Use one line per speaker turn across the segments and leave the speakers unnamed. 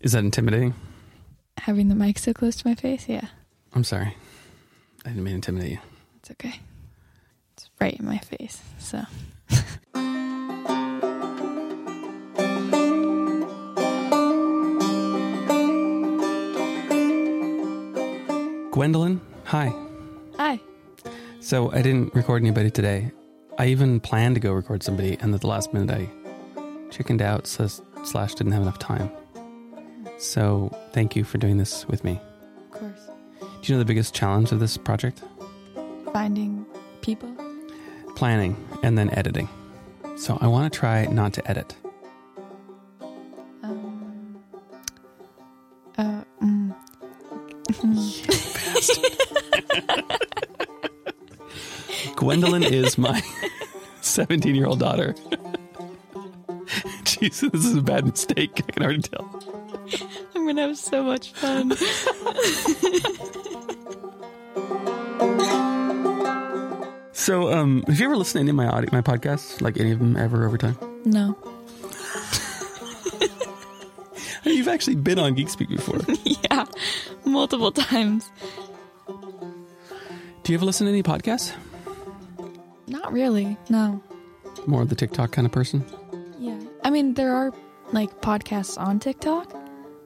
Is that intimidating?
Having the mic so close to my face, yeah,
I'm sorry. I didn't mean to intimidate you.
it's okay. It's right in my face. So,
Gwendolyn, hi.
hi.
So I didn't record anybody today. I even planned to go record somebody, and at the last minute, I chickened out so- slash didn't have enough time. So thank you for doing this with me.
Of course.
Do you know the biggest challenge of this project?
Finding people.
Planning and then editing. So I want to try not to edit.
Um, uh, mm,
Gwendolyn is my 17 year old daughter. Jesus, this is a bad mistake. I can already tell.
I'm gonna have so much fun.
So, um, have you ever listened to any of my audio, my podcasts, like any of them ever over time?
no.
You've actually been on Geek Speak before. Do
Yeah. Multiple times.
you ever listen to any podcasts?
Not really. No.
More of the TikTok kind of person.
Yeah. I mean, there are like podcasts on TikTok,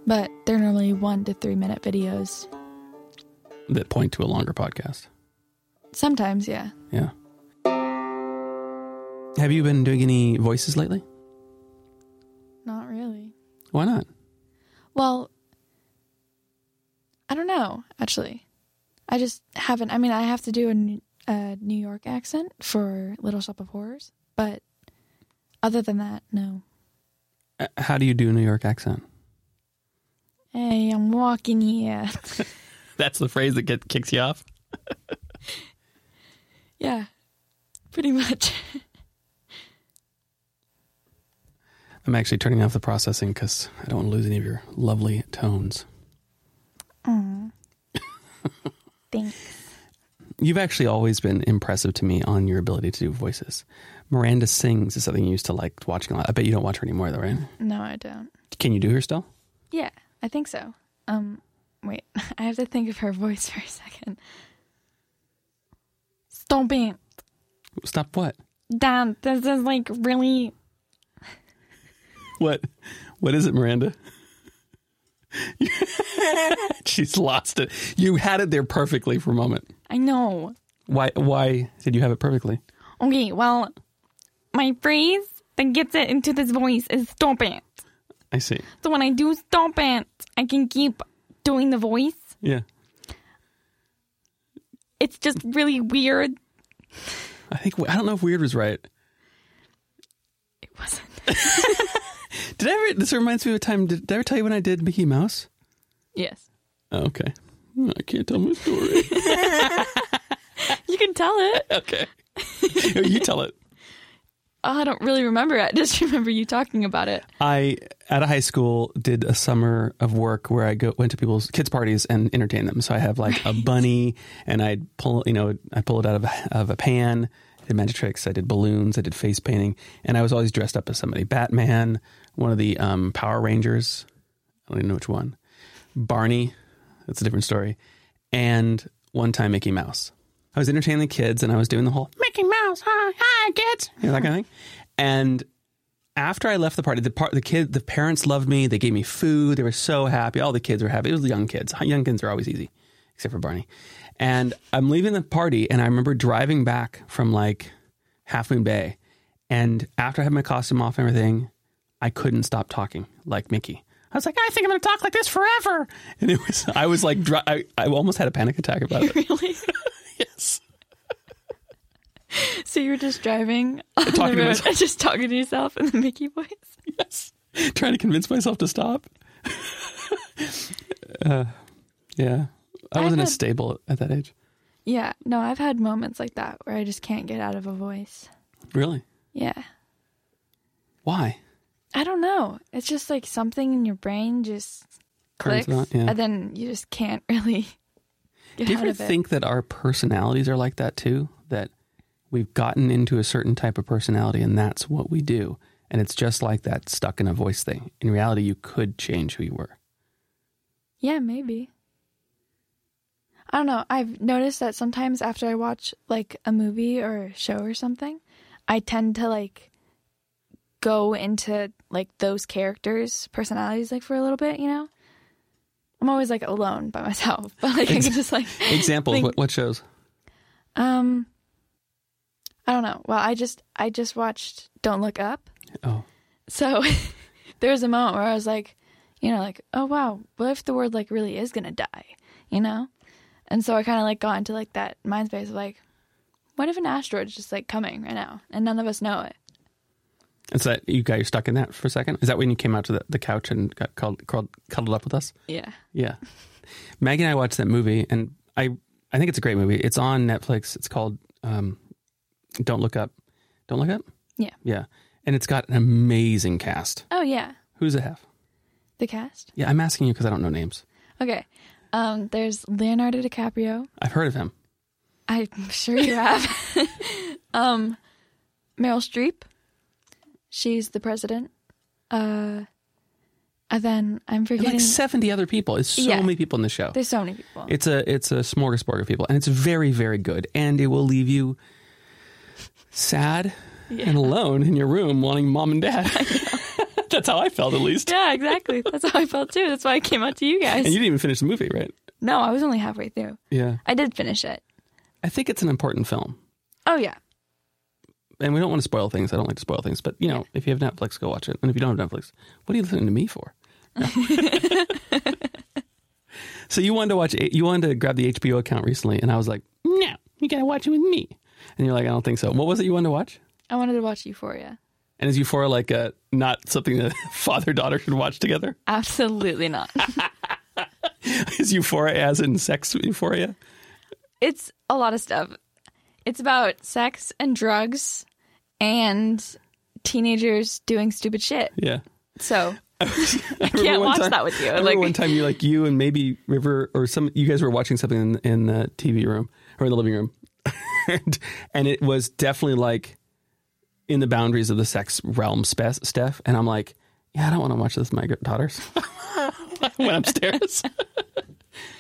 but they're normally one to three minute videos.
that point to a longer podcast.
Sometimes, yeah.
Yeah. Have you been doing any voices lately?
Not really.
Why not?
Well, I don't know, actually. I just haven't. I mean, I have to do a, N- a New York accent for Little Shop of Horrors, but other than that, no.
Uh, How do you do a New York accent?
Hey, I'm walking here.
That's the phrase that get, kicks you off.
yeah, pretty much.
I'm actually turning off the processing because I don't want to lose any of your lovely tones.
Aw. Thanks.
You've actually always been impressive to me on your ability to do voices. Miranda Sings is something you used to like watching a lot. I bet you don't watch her anymore, though, right?
No, I don't.
Can you do her still?
Yeah, I think so. Um, wait, I have to think of her voice for a second. Stomping.
Stop what?
Dan, this is like really.
What? What is it, Miranda? She's lost it. You had it there perfectly for a moment.
I know.
Why? Why did you have it perfectly?
Okay, well, my phrase that gets it into this voice is stomp it.
I see.
So when I do stomp it, I can keep doing the voice.
Yeah,
It's just really weird.
I think I don't know if weird was right.
It wasn't.
Did I ever? This reminds me of a time. Did, did I ever tell you when I did Mickey Mouse?
Yes.
Oh, okay, Hmm, I can't tell my story.
You can tell it.
okay, you tell it.
Oh, I don't really remember it. I just remember you talking about it.
I out of high school did a summer of work where I go went to people's kids parties and entertained them. So I have like a bunny and I'd pull you know I pull it out of of a pan. I did magic tricks. I did balloons. I did face painting, and I was always dressed up as somebody: Batman, one of the um, Power Rangers. I don't even know which one. Barney. That's a different story. And one time Mickey Mouse. I was entertaining the kids and I was doing the whole Mickey Mouse, hi, hi, kids, you know, that kind of thing. And after I left the party, the part, the kid, the parents loved me. They gave me food. They were so happy. All the kids were happy. It was the young kids. Young kids are always easy, except for Barney. And I'm leaving the party, and I remember driving back from like Half Moon Bay, and after I had my costume off and everything, I couldn't stop talking like Mickey. I was like, I think I'm going to talk like this forever. And it was, I was like, dri- I, I almost had a panic attack about it.
Really?
yes.
So you were just driving on the
Talking to
road,
myself.
just talking to yourself in the Mickey voice.
yes. Trying to convince myself to stop. uh, yeah. I
I've
wasn't as
had-
stable at that age.
Yeah, no, I've had moments like that where I just can't get out of a voice.
Really?
Yeah,
Why?
I don't know. It's just like something in your brain just
Turns
clicks,
it on, yeah.
and then you just can't really get
Do you
out
ever
of it.
think that our personalities are like that too? That we've gotten into a certain type of personality and that's what we do. And it's just like that stuck in a voice thing. In reality, you could change who you were.
Yeah, maybe. I don't know. I've noticed that sometimes after I watch like a movie or a show or something, I tend to like go into like those characters' personalities like for a little bit, you know? I'm always like alone by myself, but like I can just like
Examples.
think-
what, what shows?
um I don't know. Well, I just I just watched Don't Look Up.
Oh,
So there was a moment where I was like, you know, like, oh wow, what if the world like really is gonna die, you know? And so I kind of like got into like that mind space of like, what if an asteroid's just like coming right now and none of us know it?
it's that you got you stuck in that for a second. Is that when you came out to the, the couch and got called, called cuddled up with us?
Yeah.
Yeah. Maggie and I watched that movie, and I I think it's a great movie. It's on Netflix. It's called um, Don't Look Up. Don't Look Up.
Yeah.
Yeah, and it's got an amazing cast.
Oh yeah,
Who's it have?
the cast.
Yeah, I'm asking you because I don't know names.
Okay. Um, there's Leonardo DiCaprio.
I've heard of him.
I'm sure you have. um, Meryl Streep. She's the president. Uh, and then I'm
And
forgetting.
like 70 other people. It's so
Yeah.
many people in the show.
There's so many people.
It's a it's a smorgasbord of people, and it's very very good, and it will leave you sad and alone in your room, wanting mom and dad. That's how I felt, at least.
Yeah, exactly. That's how I felt too. That's why I came out to you guys.
And you didn't even finish the movie, right?
no, I was only halfway through.
Yeah,
I did finish it.
I think it's an important film,
Oh yeah.
and we don't want to spoil things. I don't like to spoil things, but you know, if you have Netflix, go watch it, and if you don't have Netflix, what are you listening to me for? No. so you wanted to watch, you wanted to grab the HBO account recently, and I was like, no, you gotta watch it with me, and you're like, I don't think so. What was it you wanted to watch?
I wanted to watch Euphoria.
And is Euphoria like a not something that father daughter should watch together?
Absolutely not.
Is Euphoria as in sex Euphoria?
it's a lot of stuff. It's about sex and drugs and teenagers doing stupid shit.
Yeah.
So
I
can't watch that with you.
I remember
Like-
one time you like you and maybe River or some you guys were watching something in, in the TV room or in the living room, and, and it was definitely like in the boundaries of the sex realm spe- stuff. And I'm like, yeah, I don't want to watch this with my gr- daughters. I went upstairs.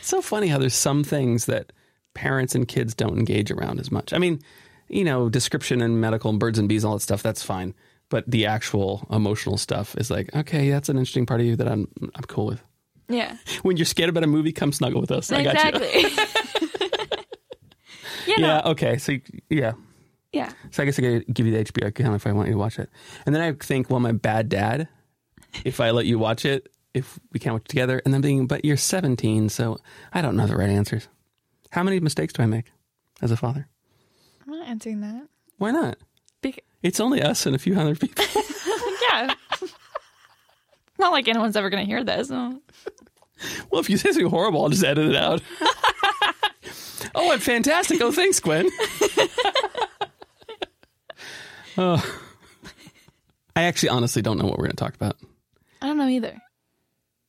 so funny how there's some things that parents and kids don't engage around as much. I mean, you know, description and medical and birds and bees and all that stuff, that's fine. But the actual emotional stuff is like, okay, that's an interesting part of you that I'm I'm cool with.
yeah,
When you're scared about a movie, come snuggle with us. I got you.
exactly. you know,
Yeah, okay. So yeah.
yeah.
So I guess I could give you the HBO account if I want you to watch it. And then I think, well, my bad dad, if I let you watch it, if we can't watch it together. And I'm thinking, but you're 17, so I don't know the right answers. How many mistakes do I make as a father?
I'm not answering that.
Why not?
Bec-
It's only us and a few hundred people.
yeah. not like anyone's ever gonna hear this.
well, if you say something horrible, I'll just edit it out. oh, and fantastic. Oh, thanks, Gwen. oh. I actually honestly don't know what we're going to talk about.
I don't know either.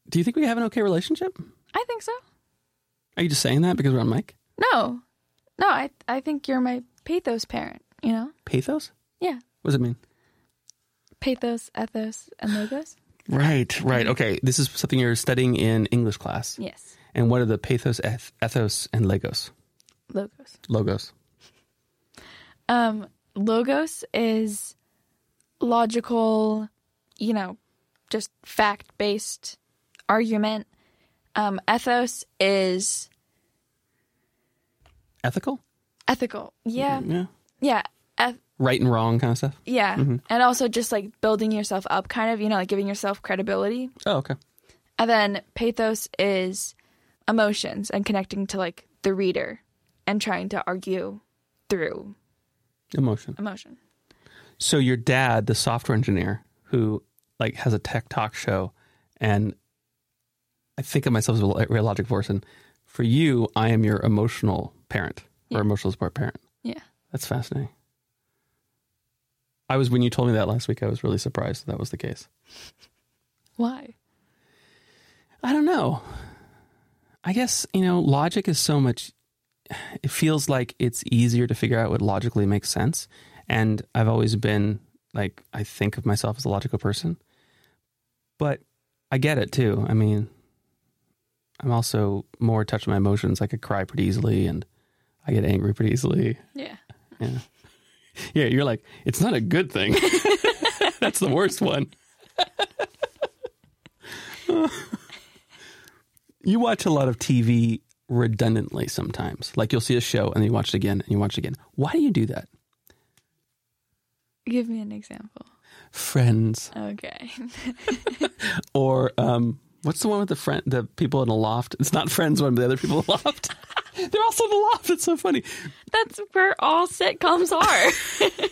Do you think we have an okay relationship?
I think so.
Are you just saying that because we're on mic?
No, no, I I think you're my pathos parent. You know,
Pathos?
yeah,
What does it mean?
pathos, ethos, and logos.
Right, right. Okay. This is something you're studying in English class.
Yes,
And what are the pathos, eth- ethos, and legos?
logos.
Logos.
Um, logos is logical, you know, just fact based argument. Um, ethos is
Ethical?
ethical. Yeah, yeah, eth-
Right and wrong kind of stuff?
yeah, and also just like building yourself up, kind of, you know, like giving yourself credibility.
Oh, okay.
And then pathos is emotions and connecting to like the reader and trying to argue through
Emotion.
emotion.
So your dad, the software engineer who like has a tech talk show, and I think of myself as a lo- a logic person. For you, I am your emotional parent or emotional support parent.
Yeah.
That's fascinating. I was when you told me that last week. I was really surprised that, that was the case.
Why?
I don't know. I guess you know logic is so much. It feels like it's easier to figure out what logically makes sense, and I've always been like I think of myself as a logical person, but I get it too. I mean, I'm also more in touch with my emotions. I could cry pretty easily, and I get angry pretty easily.
Yeah.
Yeah, yeah. You're like, it's not a good thing. That's the worst one. you watch a lot of TV redundantly sometimes. Like you'll see a show and then you watch it again and you watch it again. Why do you do that?
Give me an example.
Friends
Okay.
or um, what's the one with the friend the people in a loft? It's not friends one, but the other people in the loft. They're also in the loft. It's so funny.
That's where all sitcoms are.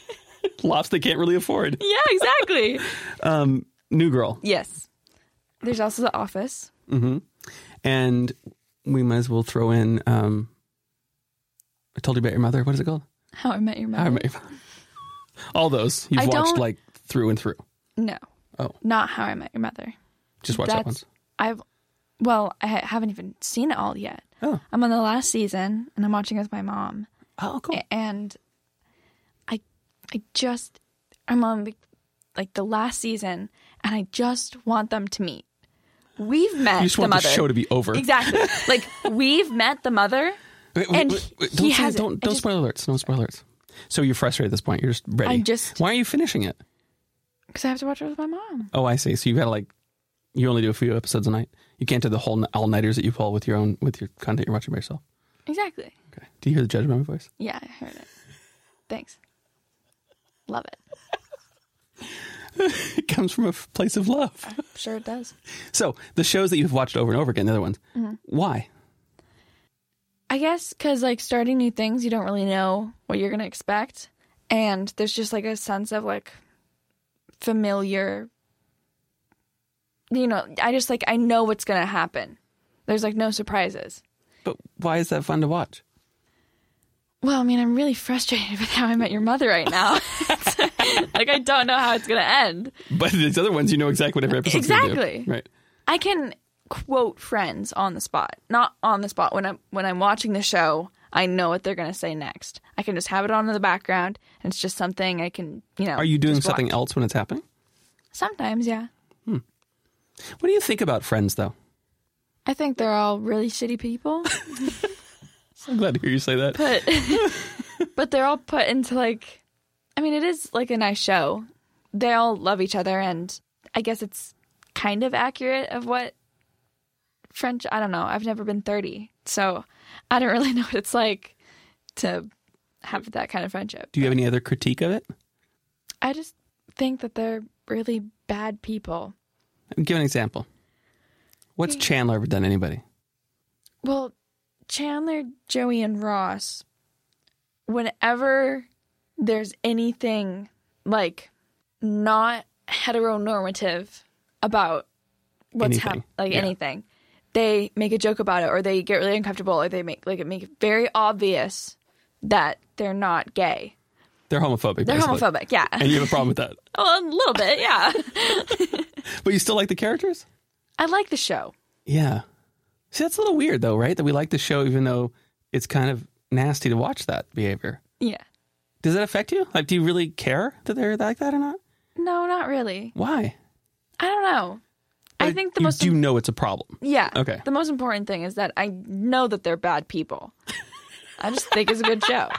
Lofts they can't really afford.
yeah, exactly.
Um, New Girl.
Yes. There's also The Office.
hmm And we might as well throw in. Um, I told you about your mother. What is it called?
How I Met Your Mother.
How I Met Your Mother. All those you've
I
watched
don't-
like through and through.
no.
Oh.
Not How I Met Your Mother.
Just watch that once.
I've, well, I ha- haven't even seen it all yet.
Oh.
I'm on the last season and I'm watching it with my mom.
Oh, cool.
A- And I, I just, I'm on the, like the last season and I just want them to meet. We've met
You just
the
want
mother.
the show to be over.
Exactly. like we've met the mother.
Wait,
And he
don't,
has it.
don't,
I
don't
just-
spoil alerts. No spoiler alerts. So you're frustrated at this point. You're just ready.
I'm just-
Why are you finishing it?
Because I have to watch it with my mom.
Oh, I see. So you got to like, you only do a few episodes a night. You can't do the whole all nighters that you pull with your own with your content you're watching by yourself.
Exactly.
Okay. Do you hear the judgment in my voice?
Yeah, I heard it. Thanks. Love it.
It comes from a f- place of love.
I'm sure it does.
So the shows that you've watched over and over again, the other ones.
Mm-hmm.
Why?
I guess because like starting new things, you don't really know what you're gonna expect, and there's just like a sense of like familiar. You know, I just like I know what's gonna happen. There's like no surprises.
But why is that fun to watch?
Well, I mean, I'm really frustrated with how I met your mother right now. like I don't know how it's gonna end.
But these other ones, you know exactly what every episode's gonna do.
Exactly.
Right.
I can quote friends on the spot. Not on the spot when I'm when I'm watching the show, I know what they're going to say next. I can just have it on in the background and it's just something I can, you know.
Are you doing
just watch.
something else when it's happening?
Sometimes, yeah.
What do you think about Friends, though?
I think they're all really shitty people,
I'm glad to hear you say that.
but but they're all put into like I mean, it is like a nice show. They all love each other and I guess it's kind of accurate of what French, I don't know. I've never been 30, so I don't really know what it's like to have that kind of friendship.
Do you have any other critique of it?
I just think that they're really bad people.
Give an example. What's Chandler ever done to anybody?
Well, Chandler, Joey, and Ross, whenever there's anything like not heteronormative about what's
Anything.
happening, like
Yeah.
anything, they make a joke about it or they get really uncomfortable or they make like it make it very obvious that they're not gay.
They're homophobic.
They're
basically.
homophobic, yeah.
And you have a problem with that.
Well, a little bit, yeah.
But you still like the characters?
I like the show.
Yeah. See, that's a little weird, though, right? That we like the show even though it's kind of nasty to watch that behavior.
Yeah.
Does that affect you? Like, do you really care that they're like that or not?
No, not really.
Why?
I don't know. I
But
think the
you
most
do know it's a problem.
Yeah.
Okay.
The most important thing is that I know that they're bad people. I just think it's a good show.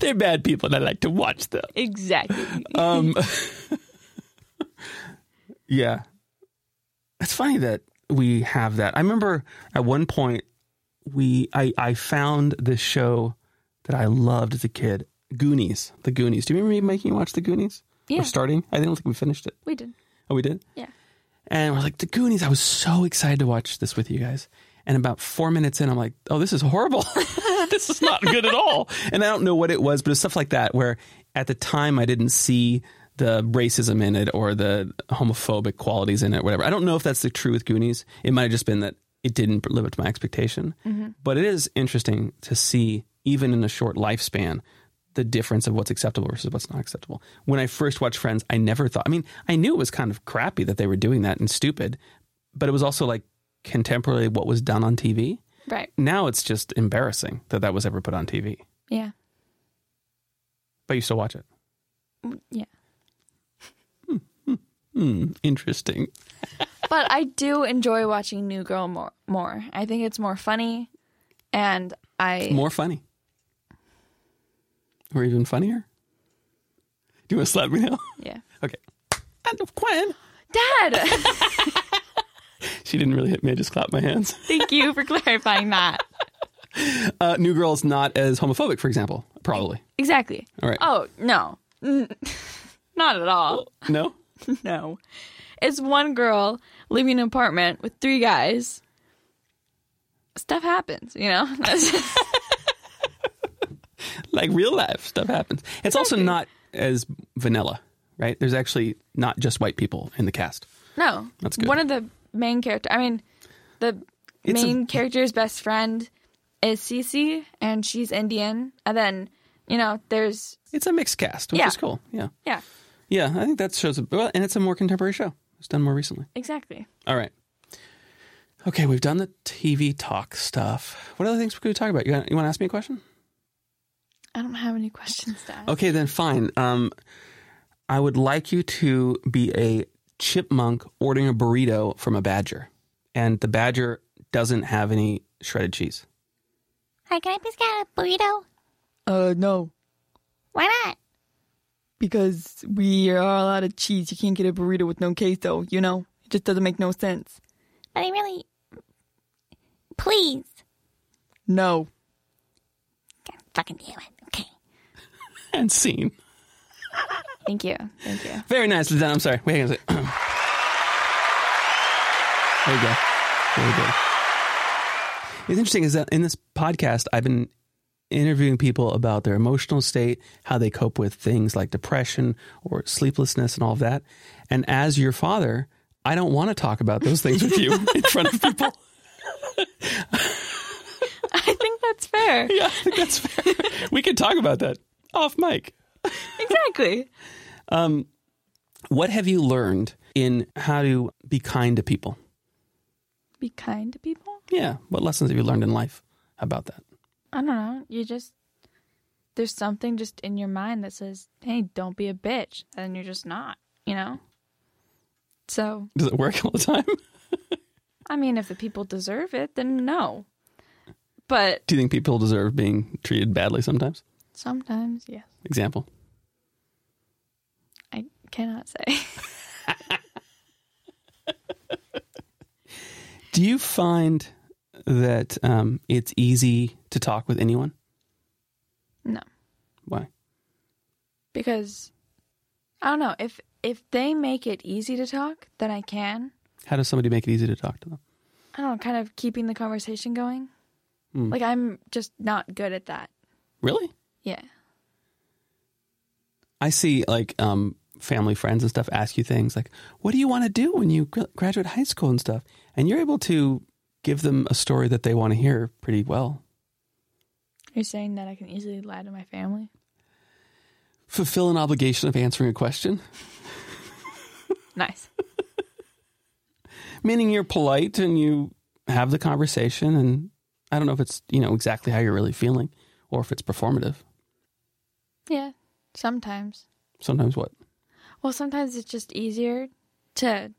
They're bad people, and I like to watch them.
Exactly.
Um, yeah. It's funny that we have that. I remember at one point we I, I found this show that I loved as a kid, Goonies. The Goonies. Do you remember me making you watch the Goonies?
Yeah.
Or starting? I don't think we finished it.
We did.
Oh, we did?
Yeah.
And we're like, the Goonies. I was so excited to watch this with you guys. And about four minutes in, I'm like, oh, this is horrible. this is not good at all. And I don't know what it was, but it's stuff like that where at the time I didn't see the racism in it or the homophobic qualities in it, whatever. I don't know if that's the true with Goonies. It might have just been that it didn't live up to my expectation. But it is interesting to see, even in a short lifespan, the difference of what's acceptable versus what's not acceptable. When I first watched Friends, I never thought, I mean, I knew it was kind of crappy that they were doing that and stupid, but it was also like contemporary what was done on TV.
Right.
Now it's just embarrassing that that was ever put on TV,
Yeah.
but you still watch it.
Mm, Yeah.
Hmm, interesting.
but I do enjoy watching New Girl more. More, I think it's more funny, and I
More funny. Or even funnier. Do you want to slap me now?
yeah,
okay. And Quinn.
Dad.
She didn't really hit me. I just clapped my hands.
Thank you for clarifying that.
Uh, New Girl is not as homophobic, for example. Probably.
Exactly.
All right.
Oh no, Mm, not at all.
No?
No, it's one girl living in an apartment with three guys. Stuff happens, you know. That's just-
Like real life stuff happens. It's also not as vanilla, right? There's actually not just white people in the cast.
No,
That's good.
One of the main character. I mean, the
It's a-
main character's best friend is Cece, and she's Indian. And then you know, there's
It's a mixed cast, which
Yeah.
is cool. Yeah.
yeah,
Yeah. I think that shows, well, and it's a more contemporary show. It's done more recently.
exactly.
All right. Okay, we've done the TV talk stuff. What other things could we talk about? You, you want to ask me a question?
I don't have any questions to ask.
Okay, then fine. Um, I would like you to be a chipmunk ordering a burrito from a badger, and the badger doesn't have any shredded cheese.
Hi, can I please get a burrito?
Uh, no,
Why not?
because we are all out of cheese. You can't get a burrito with no queso. You know, it just doesn't make no sense.
But I really. Please.
No,
God fucking damn it. Okay.
And scene.
thank you, thank you.
Very nicely done. I'm sorry. Wait, hang on a second. there you go. Very good. It's interesting is that in this podcast, I've been interviewing people about their emotional state, how they cope with things like depression or sleeplessness and all of that. And as your father, I don't want to talk about those things with you in front of people.
I think that's fair.
Yeah, I think that's fair. We can talk about that off mic.
exactly.
What have you learned in how to be kind to people?
Be kind to people.
Yeah. What lessons have you learned in life about that?
I don't know. You just there's something just in your mind that says, "Hey, don't be a bitch," and you're just not. You know. So
Does it work all the time?
I mean, if the people deserve it, then no. But
Do you think people deserve being treated badly sometimes?
sometimes, yes,
Example.
I cannot say.
Do you find that um, it's easy to talk with anyone?
no,
Why?
because I don't know if if they make it easy to talk, then I can.
How does somebody make it easy to talk to them?
I don't know, kind of keeping the conversation going. Like I'm just not good at that.
Really?
Yeah.
I see like um, family friends and stuff ask you things like, "What do you want to do when you gra- graduate high school and stuff?" And you're able to give them a story that they want to hear pretty well.
You're saying that I can easily lie to my family?
Fulfill an obligation of answering a question,
Nice.
meaning you're polite and you have the conversation. And I don't know if it's you know exactly how you're really feeling or if it's performative.
Yeah, sometimes.
Sometimes what?
Well, sometimes it's just easier to,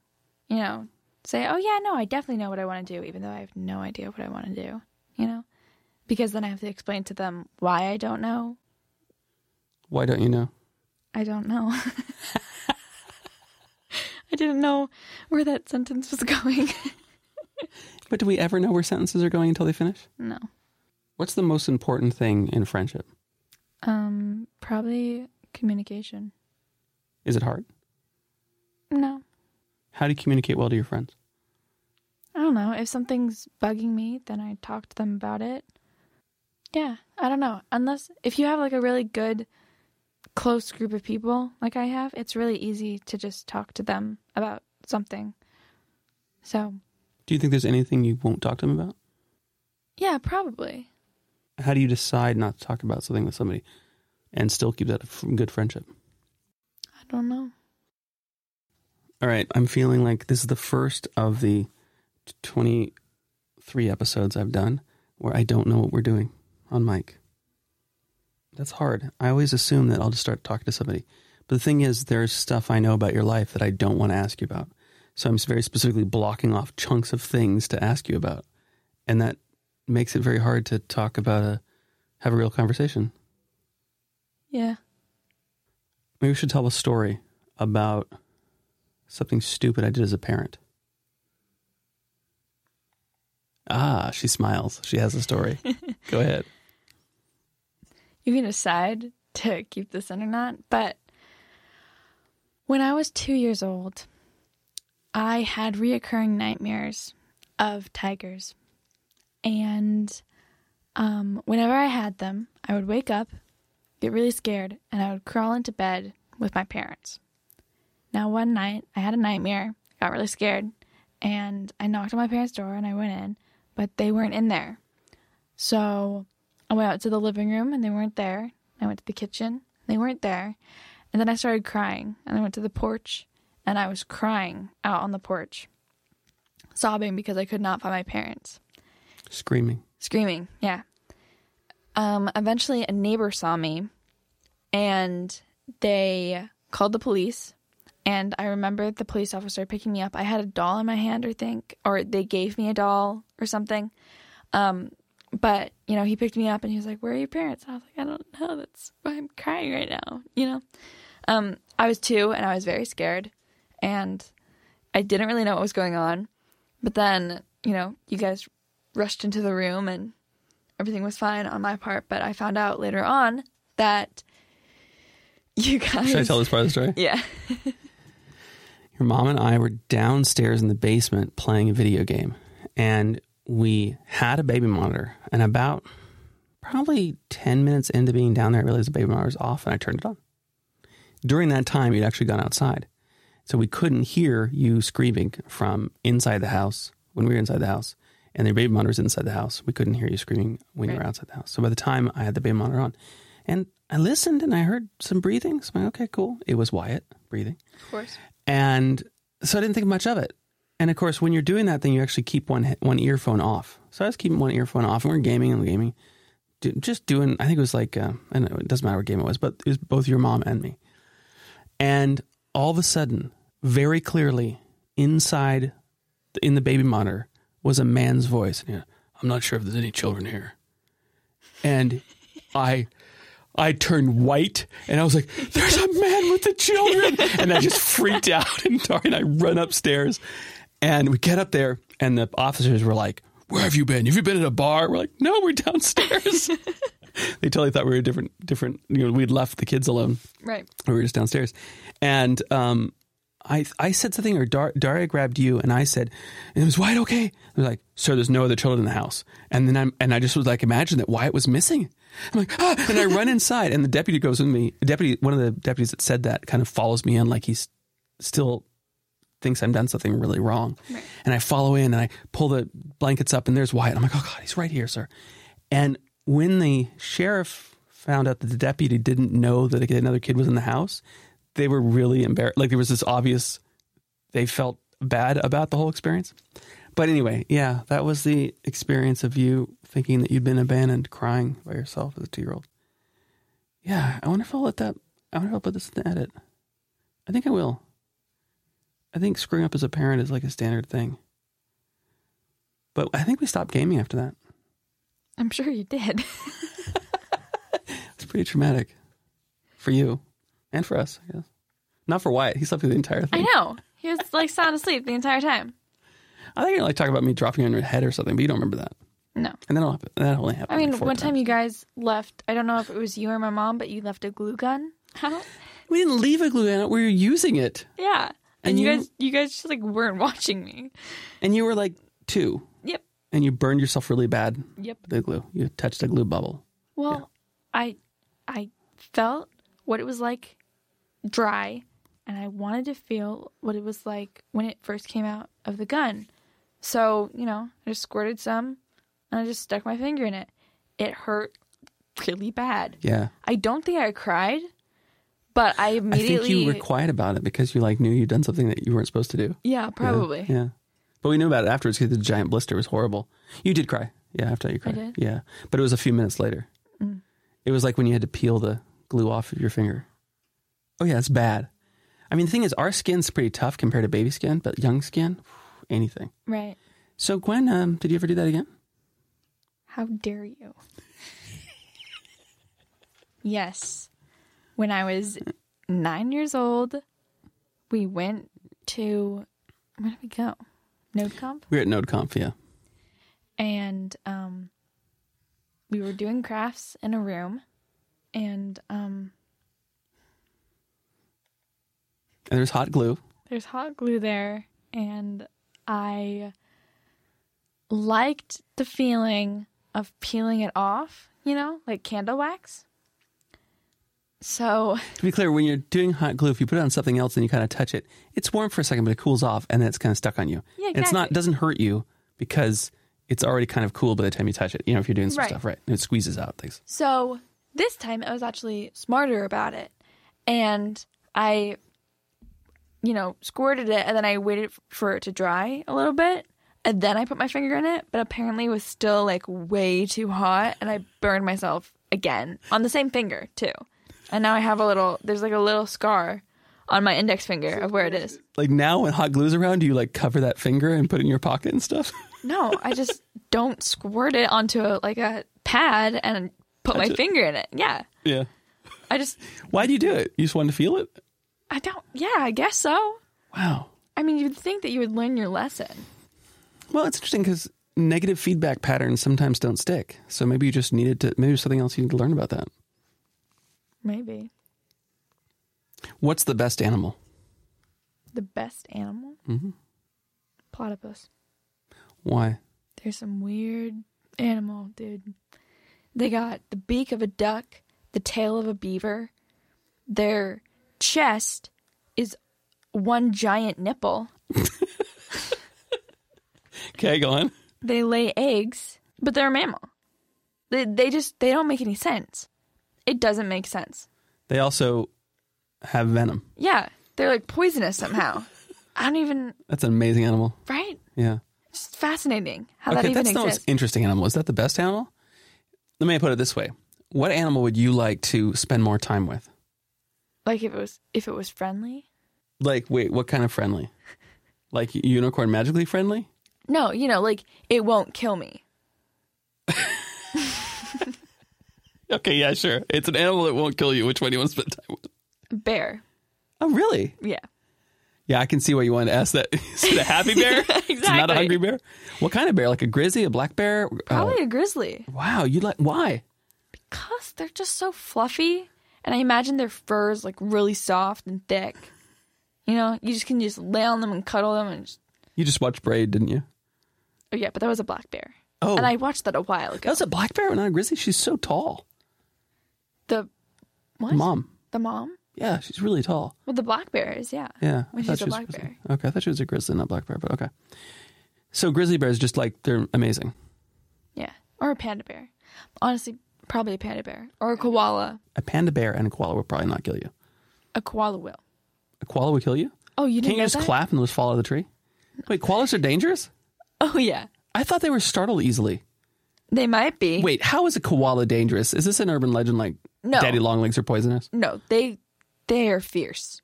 you know, say, oh, yeah, no, I definitely know what I want to do, even though I have no idea what I want to do, you know? Because then I have to explain to them why I don't know.
Why don't you know?
I don't know. I didn't know where that sentence was going.
But do we ever know where sentences are going until they finish?
no.
What's the most important thing in friendship?
Um, probably communication.
Is it hard?
No.
How do you communicate well to your friends?
I don't know. If something's bugging me, then I talk to them about it. Yeah, I don't know. Unless if you have like a really good close group of people like I have, it's really easy to just talk to them about something. So,
Do you think there's anything you won't talk to them about?
yeah, probably.
How do you decide not to talk about something with somebody and still keep that a f- good friendship?
I don't know.
All right, I'm feeling like this is the first of the 23 episodes I've done where I don't know what we're doing on mic. That's hard. I always assume that I'll just start talking to somebody. But the thing is, there's stuff I know about your life that I don't want to ask you about. So I'm very specifically blocking off chunks of things to ask you about. And that makes it very hard to talk about a, have a real conversation.
Yeah.
Maybe we should tell a story about something stupid I did as a parent. Ah, she smiles. She has a story. Go ahead.
you can decide to keep this in or not. But when I was two years old, I had reoccurring nightmares of tigers. And um, whenever I had them, I would wake up, get really scared, and I would crawl into bed with my parents. Now, one night, I had a nightmare, got really scared, and I knocked on my parents' door and I went in, but they weren't in there. So I went out to the living room and they weren't there. I went to the kitchen, they weren't there. And then I started crying and I went to the porch and I was crying out on the porch, sobbing because I could not find my parents.
Screaming.
Screaming, yeah. Um, eventually, a neighbor saw me and they called the police. And I remember the police officer picking me up. I had a doll in my hand, I think, or they gave me a doll or something. Um, but you know, he picked me up and he was like, "Where are your parents?" And I was like, "I don't know. That's why I'm crying right now." You know, um, I was two and I was very scared, and I didn't really know what was going on. But then, you know, you guys rushed into the room and everything was fine on my part. But I found out later on that you guys.
Should I tell this part of the story?
Yeah.
Your mom and I were downstairs in the basement playing a video game, and we had a baby monitor. And about probably 10 minutes into being down there, I realized the baby monitor was off and I turned it on. During that time, you'd actually gone outside. So we couldn't hear you screaming from inside the house when we were inside the house. And the baby monitor was inside the house. We couldn't hear you screaming when you were
Right.
outside the house. So by the time I had the baby monitor on, and I listened and I heard some breathing. So I'm like, okay, cool. It was Wyatt breathing.
Of course.
And so I didn't think much of it. And of course, when you're doing that thing, you actually keep one he- one earphone off. So I was keeping one earphone off, and we're gaming and gaming, Do- just doing. I think it was like, uh, I don't know, it doesn't matter what game it was, but it was both your mom and me. And all of a sudden, very clearly, inside in the baby monitor was a man's voice. And he, I'm not sure if there's any children here. And I I turned white and I was like, there's a man with the children. And I just freaked out and Dari and I run upstairs and we get up there and the officers were like, where have you been? Have you been at a bar? We're like, no, we're downstairs. they totally thought we were different, different, you know, we'd left the kids alone.
Right.
We were just downstairs, and um, I I said something, or Dar- Daria grabbed you, and I said, and it was Wyatt okay? I was like, sir, there's no other children in the house, and then I'm and I just was like, imagine that Wyatt was missing. I'm like, ah! and I run inside, and the deputy goes with me. Deputy, one of the deputies that said that kind of follows me in, like he's still thinks I'm done something really wrong. And I follow in and I pull the blankets up and there's Wyatt. I'm like, oh God, he's right here, sir. And when the sheriff found out that the deputy didn't know that another kid was in the house, they were really embarrassed. Like there was this obvious, they felt bad about the whole experience. But anyway, yeah, that was the experience of you thinking that you'd been abandoned, crying by yourself as a two year old. Yeah, I wonder if I'll let that, I wonder if I'll put this in the edit. I think I will. I think screwing up as a parent is like a standard thing. But I think we stopped gaming after that.
I'm sure you did.
It's pretty traumatic for you and for us, I guess. Not for Wyatt. He slept through the entire
I
thing.
know. He was like sound asleep the entire time.
I think you like talk about me dropping you on your head or something, but you don't remember that.
No.
And then I'll, that only happened.
I mean,
like four
one time
times.
you guys left, I don't know if it was you or my mom, but you left a glue gun out.
we didn't leave a glue gun. out, We were using it,
Yeah. And,
And
you,
you-
guys you guys just like weren't watching me.
and you were like two,
Yep.
and you burned yourself really bad. with
Yep.
The glue. You touched a glue bubble.
Well, I I felt what it was like dry and I wanted to feel what it was like when it first came out of the gun. So, you know, I just squirted some and I just stuck my finger in it. It hurt really bad.
Yeah.
I don't think I cried, but I immediately
I think you were quiet about it because you like knew you'd done something that you weren't supposed to do.
Yeah,
Yeah,
probably.
Yeah. But we knew about it afterwards because the giant blister was horrible. You did cry. Yeah, after you cried.
did? Mm.
Yeah. But it was a few minutes later. It was like when you had to peel the glue off of your finger. Oh, yeah, it's bad. I mean, the thing is, our skin's pretty tough compared to baby skin, but young skin, phew, anything.
Right.
So, Gwen, um, did you ever do that again?
How dare you? yes. When I was nine years old, we went to where did we go? Node Comp?
We were at NodeConf, yeah.
and um, we were doing crafts in a room, and um,
And there was hot glue.
there's hot glue there, and I liked the feeling of peeling it off, you know, like candle wax. So
To be clear, when you're doing hot glue, if you put it on something else and you kind of touch it, it's warm for a second, but it cools off, and then it's kind of stuck on you.
Yeah,
And it's not
exactly.
doesn't hurt you because it's already kind of cool by the time you touch it. You know, if you're doing some
Right.
stuff right, and it squeezes out things.
So this time I was actually smarter about it. And I, you know, squirted it and then I waited f- for it to dry a little bit. And then I put my finger in it, but apparently it was still like way too hot. And I burned myself again on the same finger too. And now I have a little, there's like a little scar on my index finger of where it is.
Like now, when hot glue's around, do you like cover that finger and put it in your pocket and stuff?
No, I just don't squirt it onto a, like a pad and put my finger in it. Yeah.
yeah.
I just,
Why do you do it? You just wanted to feel it.
I don't, yeah, I guess so.
Wow.
I mean, you'd think that you would learn your lesson.
Well, it's interesting because negative feedback patterns sometimes don't stick. So maybe you just needed to. Maybe there's something else you need to learn about that.
Maybe.
What's the best animal?
The best animal?
Mhm.
Platypus.
Why?
There's some weird animal, dude. They got the beak of a duck, the tail of a beaver. Their chest is one giant nipple.
Okay, go on.
They lay eggs, but they're a mammal. They, they just, they don't make any sense. It doesn't make sense.
They also have venom.
Yeah, they're like poisonous somehow. I don't even,
That's an amazing animal.
right?
Yeah.
It's just fascinating how that
okay,
even
that's the
exists.
most interesting animal. Is that the best animal? Let me put it this way: What animal would you like to spend more time with?
like if it was if it was friendly
Like, wait, what kind of friendly? Like unicorn magically friendly?
no you know like it won't kill me
Okay, yeah, sure. It's an animal that won't kill you. Which one do you want to spend time with?
bear
Oh, really?
yeah
Yeah, I can see why you wanted to ask that. Is it a happy bear? It's not a
Exactly.
hungry bear. What kind of bear? Like a grizzly, a black bear? Uh,
probably a grizzly
wow, you like why?
because they're just so fluffy and i imagine their fur is like really soft and thick you know you just can just lay on them and cuddle them and just,
You just watched Braid, didn't you?
oh yeah but that was a black bear
Oh.
and i watched that a while
That
ago
was a black bear, not a grizzly. She's so tall.
the what
Mom.
the mom
Yeah, she's really tall.
well the black bear is yeah
Yeah. I
Which
thought
is a
she was
black
grizzly. Okay, I thought she was a grizzly, not black bear, but okay. So grizzly bears just like they're amazing.
yeah or a panda bear honestly probably a panda bear or a koala
A panda bear and a koala would probably not kill you.
a koala will
A koala would kill you?
oh you
Can't
didn't
you
know
just
that?
clap and just fall out of the tree? Wait, koalas are dangerous?
oh yeah
I thought they were startled easily.
They might be.
Wait, how is a koala dangerous? Is this an urban legend like
No.
daddy long legs are poisonous?
No, they they are fierce.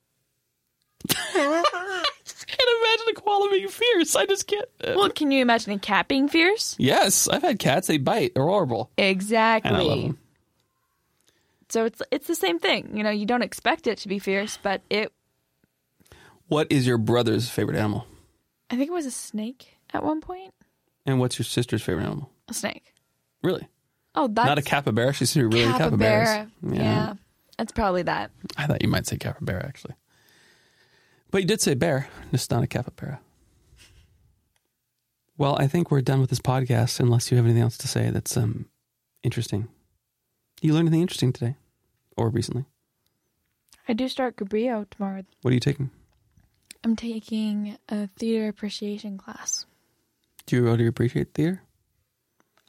can't imagine a koala being fierce. I just can't. uh,
Well, can you imagine a cat being fierce?
yes, I've had cats. They bite. They're horrible.
Exactly.
And I love them.
So it's it's the same thing. You know, you don't expect it to be fierce, but it
What is your brother's favorite animal?
I think it was a snake at one point.
And what's your sister's favorite animal?
A snake.
Really?
Oh, that's
Not a capybara. She's really capybaras.
capybara. Yeah. That's probably that.
I thought you might say capybara actually, but you did say bear, just not a capybara. Well, I think we're done with this podcast. Unless you have anything else to say that's um interesting. You learned anything interesting today, or recently?
I do start Cabrillo tomorrow.
What are you taking?
I'm taking a theater appreciation class.
Do you already appreciate theater?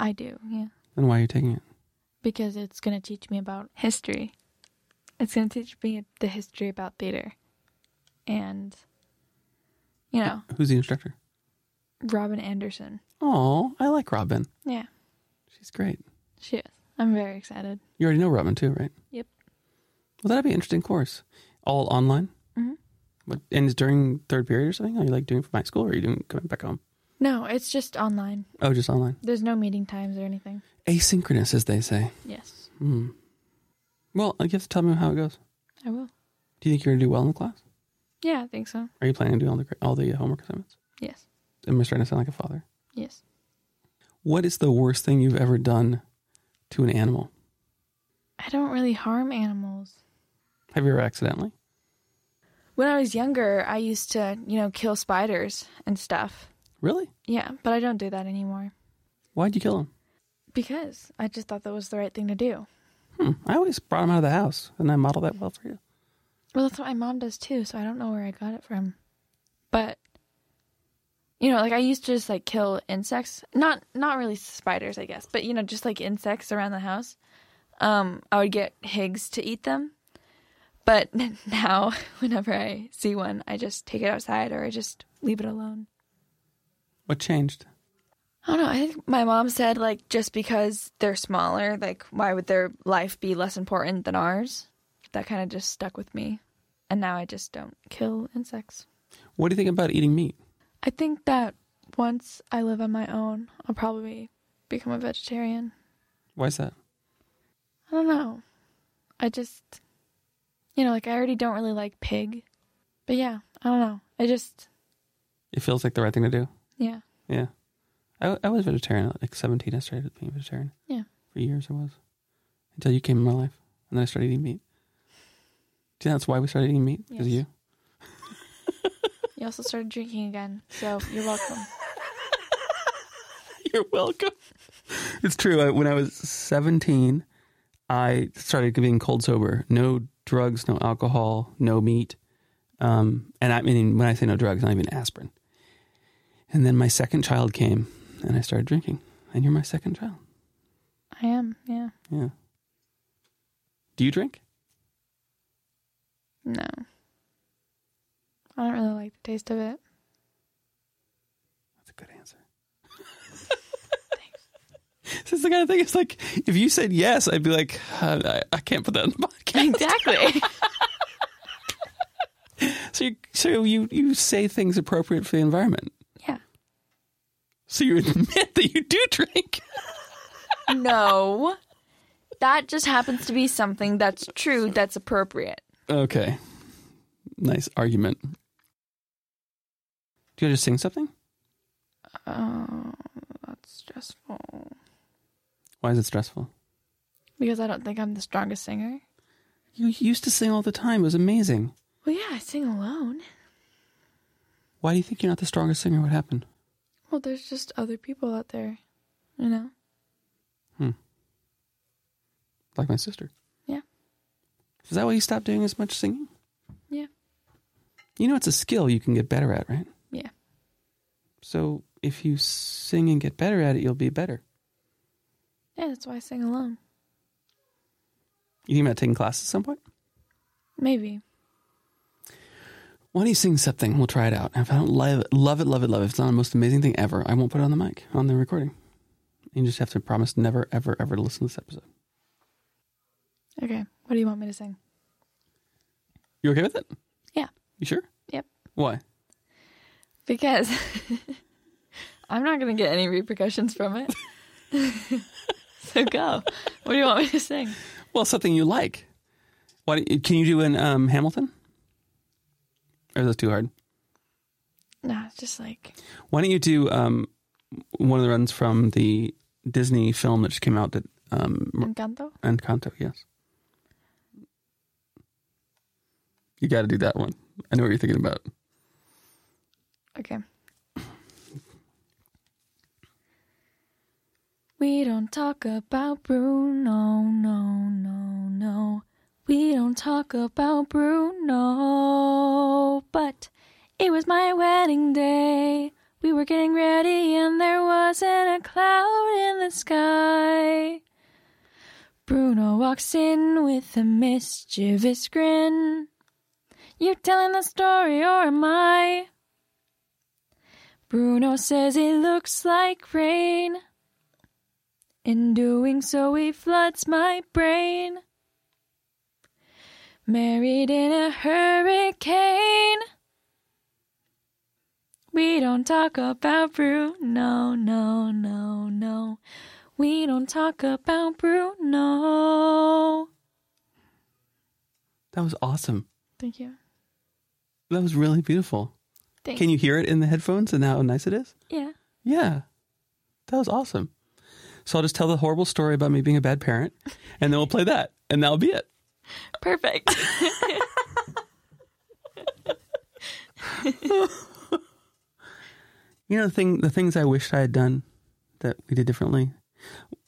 I do, yeah.
And why are you taking it?
because it's going to teach me about history. It's going to teach me the history about theater. And, you know,
Who's the instructor?
Robin Anderson.
Oh, I like Robin.
Yeah,
She's great.
she is. I'm very excited.
You already know Robin too, right?
Yep.
Well, that'd be an interesting course. All online.
Mhm.
What, and it's during third period or something? Are you like doing it from high school or are you doing coming back home?
No, it's just online.
Oh, just online.
There's no meeting times or anything.
Asynchronous, as they say.
Yes,
Hmm. Well, I guess tell me how it goes.
I will.
Do you think you're going to do well in the class?
Yeah, I think so.
Are you planning on doing all the, all the homework assignments?
Yes,
Am I starting to sound like a father?
yes.
What is the worst thing you've ever done to an animal?
I don't really harm animals.
Have you ever accidentally?
When I was younger, I used to, you know, kill spiders and stuff.
Really?
Yeah, but I don't do that anymore
Why'd you kill him?
because I just thought that was the right thing to do.
Hmm. I always brought him out of the house, and I model that well for you.
Well, that's what my mom does too, so I don't know where I got it from. But you know, like I used to just like kill insects, not not really spiders, I guess, but you know, just like insects around the house. Um, I would get Higgs to eat them. But now whenever I see one, I just take it outside or I just leave it alone.
What changed?
I don't know. I think my mom said like just because they're smaller, like why would their life be less important than ours? That kind of just stuck with me, and now I just don't kill insects.
What do you think about eating meat?
I think that once I live on my own, I'll probably become a vegetarian.
Why is that?
I don't know. I just, you know, like I already don't really like pig, but yeah, I don't know. I just,
It feels like the right thing to do.
yeah,
Yeah. I, I was vegetarian at like 17. I started being vegetarian.
Yeah.
For years I was. Until you came in my life. And then I started eating meat. Do you know that's why we started eating meat? Because
Yes.
of you?
you also started drinking again, so you're welcome.
You're welcome. It's true. I, when I was 17, I started being cold sober. No drugs, no alcohol, no meat. Um, and I mean, when I say no drugs, not even aspirin. And then my second child came and I started drinking. And you're my second child.
I am, yeah.
Yeah. Do you drink?
No. I don't really like the taste of it.
That's a good answer. This is the kind of thing. It's like if you said yes, I'd be like, uh, I, I can't put that in the podcast.
Exactly.
So, you, so you you say things appropriate for the environment.
yeah.
So you admit that you do drink.
No. That just happens to be something that's true, that's appropriate.
Okay. Nice argument. Do you want to sing something?
Oh, that's stressful.
Why is it stressful?
Because I don't think I'm the strongest singer.
You used to sing all the time. It was amazing.
Well, yeah, I sing alone.
Why do you think you're not the strongest singer? What happened?
Well, there's just other people out there, you know?
Like my sister.
Yeah.
Is that why you stopped doing as much singing?
Yeah.
You know, it's a skill you can get better at, right?
Yeah.
So if you sing and get better at it, you'll be better.
Yeah, that's why I sing alone.
You think about taking classes at some point?
Maybe.
Why don't you sing something? We'll try it out. If I don't love it, love it, love it, love it. If it's not the most amazing thing ever, I won't put it on the mic, on the recording. You just have to promise never, ever, ever to listen to this episode.
Okay, what do you want me to sing?
You okay with it?
Yeah.
You sure?
Yep.
Why?
Because I'm not going to get any repercussions from it. so go. What do you want me to sing?
Well, something you like. Why don't you, can you do an um, Hamilton? Or is that too hard?
Nah, it's just like
Why don't you do um, one of the runs from the Disney film that just came out that um,
Encanto.
Encanto? Yes. You got to do that one. I know what you're thinking about.
Okay. We don't talk about Bruno, no, no, no. We don't talk about Bruno, but it was my wedding day. We were getting ready and there wasn't a cloud in the sky. Bruno walks in with a mischievous grin. You telling the story or am I? Bruno says it looks like rain. In doing so, he floods my brain. Married in a hurricane. We don't talk about Bruno. No, no, no. We don't talk about Bruno.
That was awesome.
Thank you.
That was really beautiful.
Thanks.
Can you hear it in the headphones and how nice it is?
Yeah.
Yeah. That was awesome. So I'll just tell the horrible story about me being a bad parent and then we'll play that and that'll be it.
Perfect.
You know the thing the things I wished I had done that we did differently.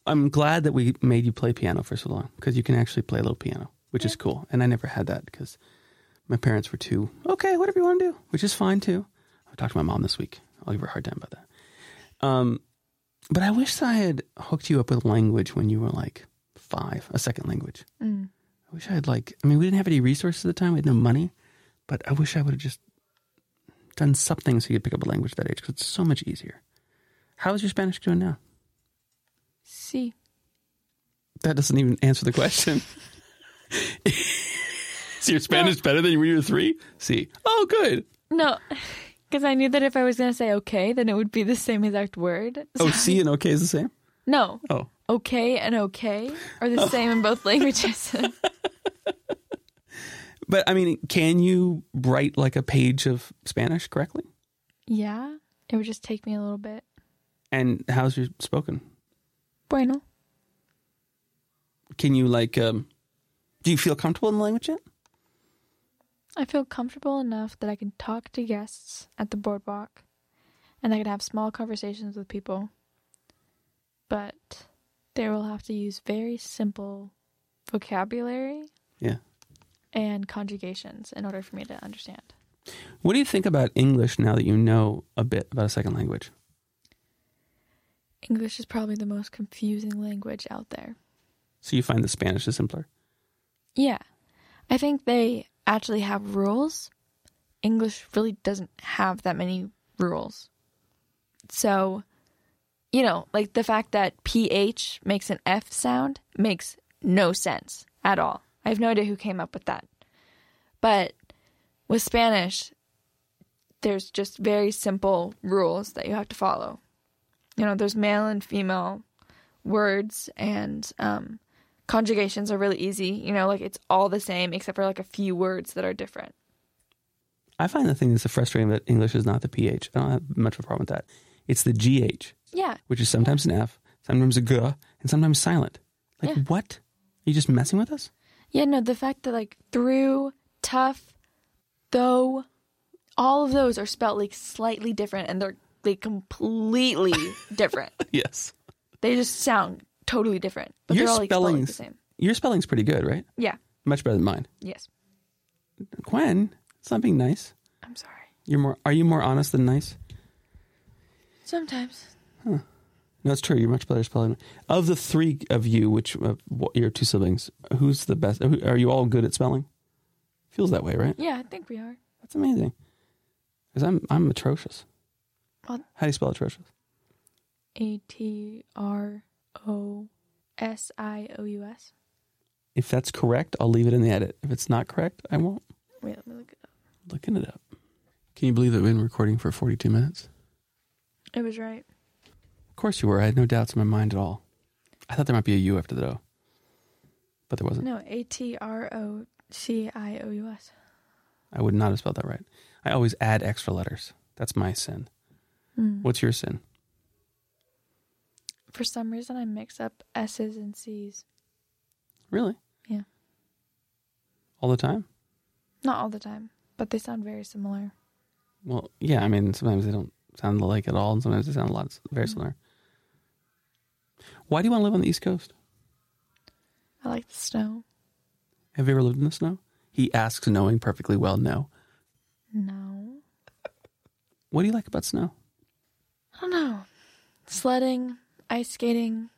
I'm glad that we made you play piano for so long because you can actually play a little piano, which is cool. And I never had that because my parents were too okay, whatever you want to do, which is fine too. I talked to my mom this week. I'll give her a hard time about that. Um, but I wish I had hooked you up with language when you were like five, a second language.
Mm.
I wish I had like. I mean, we didn't have any resources at the time. We had no money, but I wish I would have just done something so you could pick up a language at that age because it's so much easier. How is your Spanish doing now?
See.
That doesn't even answer the question. is your Spanish better than when you were three? See, oh, good.
No, because I knew that if I was going to say okay, then it would be the same exact word.
Oh, see and okay is the same.
No,
Oh,
okay and okay are the same in both languages.
but I mean, can you write like a page of Spanish correctly?
yeah, it would just take me a little bit.
And how's your spoken?
Bueno.
Can you like? um Do you feel comfortable in the language yet?
I feel comfortable enough that I can talk to guests at the boardwalk and I can have small conversations with people. But they will have to use very simple vocabulary
Yeah.
and conjugations in order for me to understand.
What do you think about English now that you know a bit about a second language?
English is probably the most confusing language out there.
So you find that Spanish is simpler.
Yeah. I think they actually have rules. English really doesn't have that many rules. So, you know, like the fact that PH makes an F sound makes no sense at all. I have no idea who came up with that. But with Spanish, there's just very simple rules that you have to follow. You know, there's male and female words and um, conjugations are really easy. You know, like it's all the same except for like a few words that are different.
I find the thing that's frustrating that English is not the PH. I don't have much of a problem with that. It's the GH,
Yeah.
which is sometimes an F, sometimes a G, and sometimes silent. Like,
Yeah.
what? Are you just messing with us?
Yeah, no, the fact that like through, tough, though, all of those are spelled like slightly different and they're like completely different.
Yes.
They just sound totally different. But
Your
they're all like spelled like,
spellings-
the same.
Your spelling's pretty good, right?
Yeah.
Much better than mine.
Yes.
Gwen, it's not being nice.
I'm sorry.
You're more. Are you more honest than nice?
Sometimes.
No, it's true. You're much better at spelling. Of the three of you, which uh, wh- your two siblings, who's the best? who- Are you all good at spelling? Feels that way, right?
Yeah, I think we are.
That's amazing. Because I'm I'm atrocious.
Well-
How do you spell atrocious?
A T R O S I O U S.
If that's correct, I'll leave it in the edit. If it's not correct, I won't.
Wait, let me look it up.
Looking it up. Can you believe that we've been recording for 42 minutes?
It was right.
Of course you were. I had no doubts in my mind at all. I thought there might be a U after the O, but there wasn't.
No, A T R O C I O U S.
I would not have spelled that right. I always add extra letters. That's my sin. What's your sin?
For some reason, I mix up S's and C's.
Really?
Yeah.
All the time?
Not all the time, but they sound very similar.
Well, yeah, I mean, sometimes they don't sound alike at all, and sometimes they sound a lot s- very similar. Why do you want to live on the East Coast?
I like the snow.
Have you ever lived in the snow? He asks, knowing perfectly well, no.
No.
What do you like about snow?
I don't know. Sledding, ice skating,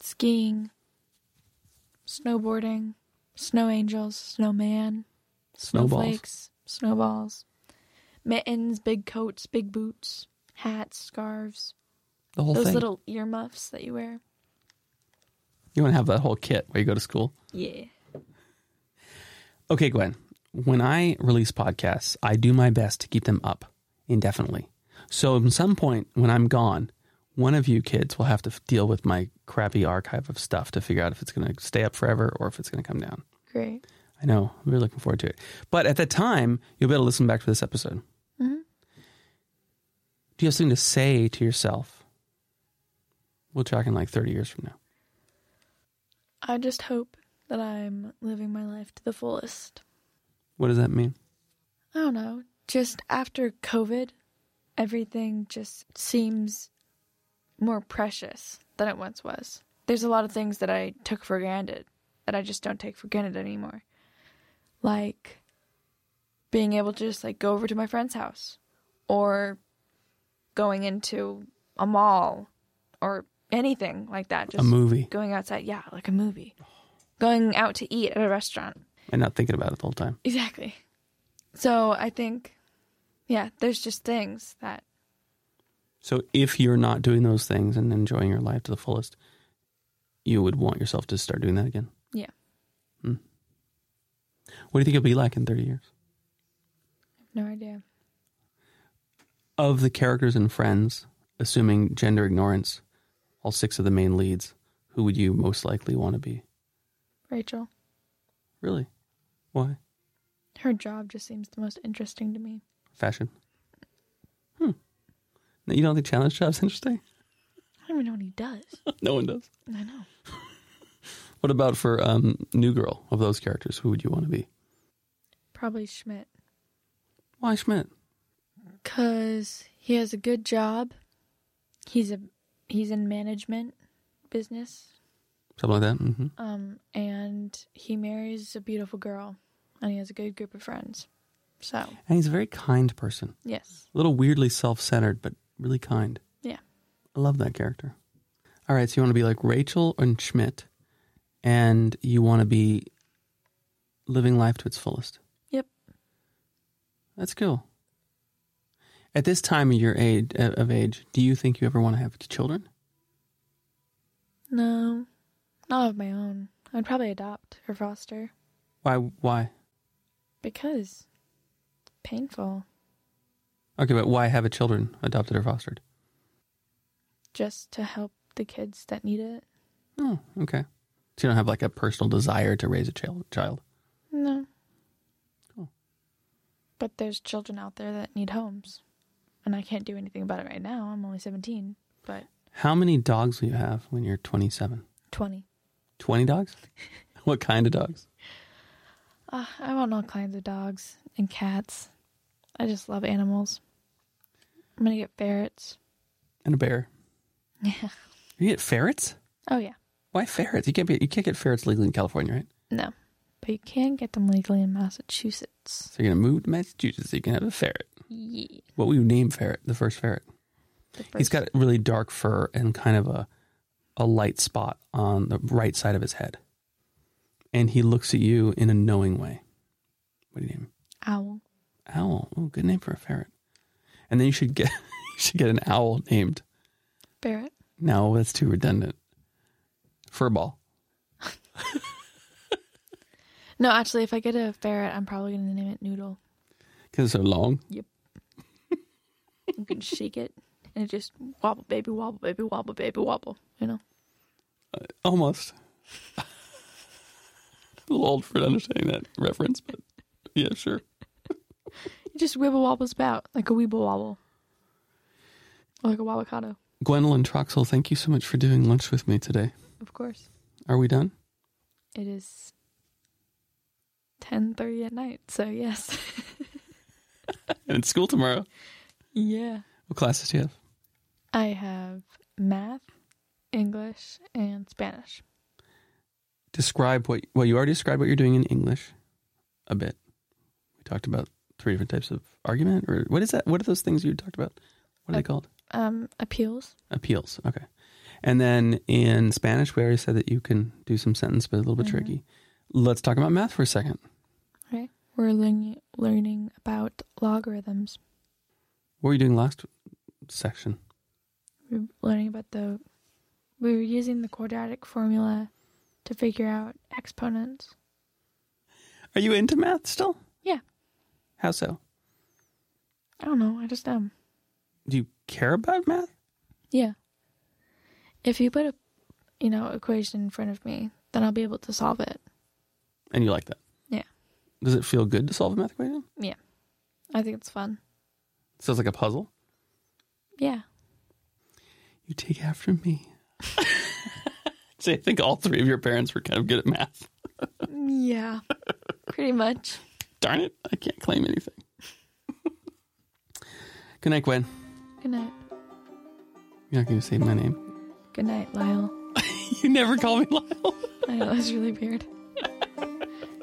skiing, snowboarding, snow angels, snowman,
Snowballs.
snowflakes, snowballs, mittens, big coats, big boots, hats, scarves,
The whole
those
thing.
little earmuffs that you wear.
You want to have that whole kit where you go to school.
Yeah.
Okay, Gwen, when I release podcasts, I do my best to keep them up indefinitely. So at some point when I'm gone, one of you kids will have to f- deal with my crappy archive of stuff to figure out if it's going to stay up forever or if it's going to come down.
Great.
I know. I'm really looking forward to it. But at that time, you'll be able to listen back to this episode.
Mhm.
Do you have something to say to yourself? We'll talk in like 30 years from now.
I just hope that I'm living my life to the fullest.
What does that mean?
I don't know. Just after COVID, everything just seems more precious than it once was. There's a lot of things that I took for granted that I just don't take for granted anymore. Like being able to just like go over to my friend's house or going into a mall or anything like that. Just
A movie
going outside. Yeah, like a movie. Going out to eat at a restaurant.
and not thinking about it the whole time.
Exactly. So I think, yeah, there's just things that
So if you're not doing those things and enjoying your life to the fullest, you would want yourself to start doing that again.
Yeah.
Hmm. What do you think it'll be like in 30 years?
no idea.
Of the characters and friends, assuming gender ignorance, all six of the main leads, who would you most likely want to be?
Rachel,
Really? Why?
her job just seems the most interesting to me.
Fashion. Hmm. You don't think challenge job's interesting?
I don't even know what he does.
no one does.
I know.
What about for um, New Girl of those characters? Who would you want to be?
Probably Schmidt.
Why Schmidt?
Cause he has a good job. He's a he's in management business.
Something like that. hmm
Um, and he marries a beautiful girl and he has a good group of friends. So
And he's a very kind person.
yes.
A little weirdly self centered, but really kind.
Yeah.
I love that character. All right, so you want to be like Rachel and Schmidt, and you want to be living life to its fullest.
Yep.
That's cool. At this time of your age, uh, of age, do you think you ever want to have children?
No. Not of my own. I'd probably adopt or foster.
Why? Why?
Because painful.
Okay, but why have a children adopted or fostered?
Just to help the kids that need it.
Oh, okay. So you don't have like a personal desire to raise a chil- child.
No.
Cool.
But there's children out there that need homes. And I can't do anything about it right now. I'm only 17, but
How many dogs will you have when you're 27?
20.
20 dogs? what kind of dogs?
Uh, I want all kinds of dogs and cats. I just love animals. I'm going to get ferrets.
And a bear.
Yeah.
You get ferrets?
Oh, yeah.
Why ferrets? You can't be you can't get ferrets legally in California, right?
No. But you can get them legally in Massachusetts.
So you're gonna move to Massachusetts so you can have a ferret.
Yeah.
What would you name ferret? The first ferret.
The
He's
first-
got really dark fur and kind of a a light spot on the right side of his head. And he looks at you in a knowing way. What do you name him?
owl.
Owl. Oh, good name for a ferret. And then you should get you should get an owl named.
Ferret.
No, that's too redundant. Furball.
No, actually, if I get a ferret, I'm probably going to name it Noodle.
Because it's so long.
You can shake it, and it just wobble, baby, wobble, baby, wobble, baby, wobble. You know?
Almost. a little old for understanding that reference, but yeah, sure.
It just wibble wobbles about like a weeble wobble. Or like a wobblecado,
Gwendolyn Troxel, thank you so much for doing lunch with me today.
of course.
Are we done?
It is 10.30 at night, so yes.
And it's school tomorrow.
yeah.
What classes do you have?
I have math, English, and Spanish.
Describe what, well, you already described what you're doing in English a bit. We talked about three different types of argument, or what is that? What are those things you talked about? What are they
Okay.
called?
Um, appeals.
Appeals. Okay. And then in Spanish, we already said that you can do some sentence, but a little bit
Mhm.
tricky. Let's talk about math for a second.
We're learning learning about logarithms.
What were you doing last section?
we were learning about the we were using the quadratic formula to figure out exponents
Are you into math still?
Yeah.
How so?
I don't know. I just am.
Do you care about math?
Yeah. If you put a, you know, equation in front of me, then I'll be able to solve it.
And you like that?
Yeah.
Does it feel good to solve a math equation?
I think it's fun.
Sounds like a puzzle.
Yeah.
You take after me. See, I think all three of your parents were kind of good at math.
Yeah. Pretty much.
Darn it, I can't claim anything. good night, Gwen.
Good night.
You're not going to say my name.
Good night, Lyle.
You never call me Lyle.
I know that's really weird.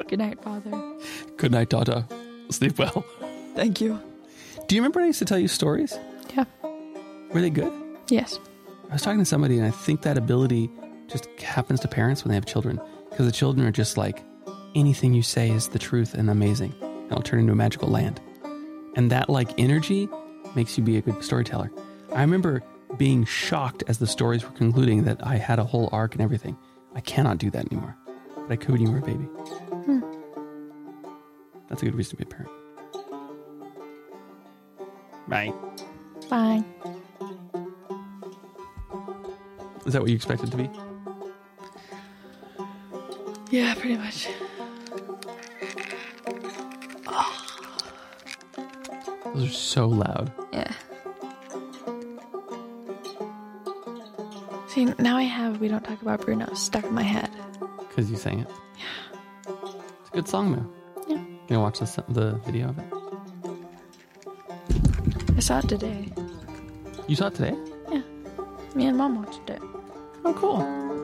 Good night, Father.
Good night, daughter. Sleep well.
Thank you.
Do you remember when I used to tell you stories?
Yeah.
Were they good?
Yes.
I was talking to somebody, and I think that ability just happens to parents when they have children because the children are just like, anything you say is the truth and amazing, and it'll turn into a magical land. And that like energy makes you be a good storyteller. I remember being shocked as the stories were concluding that I had a whole arc and everything. I cannot do that anymore, but I could when you were a baby. That's a good reason to be a parent. Right.
Bye.
Is that what you expected to be?
Yeah, pretty much.
Those are so loud.
Yeah. See, now I have We Don't Talk About Bruno stuck in my head.
Because you sang it. Yeah. It's a good song, though.
Yeah.
Gonna watch the, so- the video of it.
I saw it today.
You saw it today?
Me and mom watched it.
Oh, cool.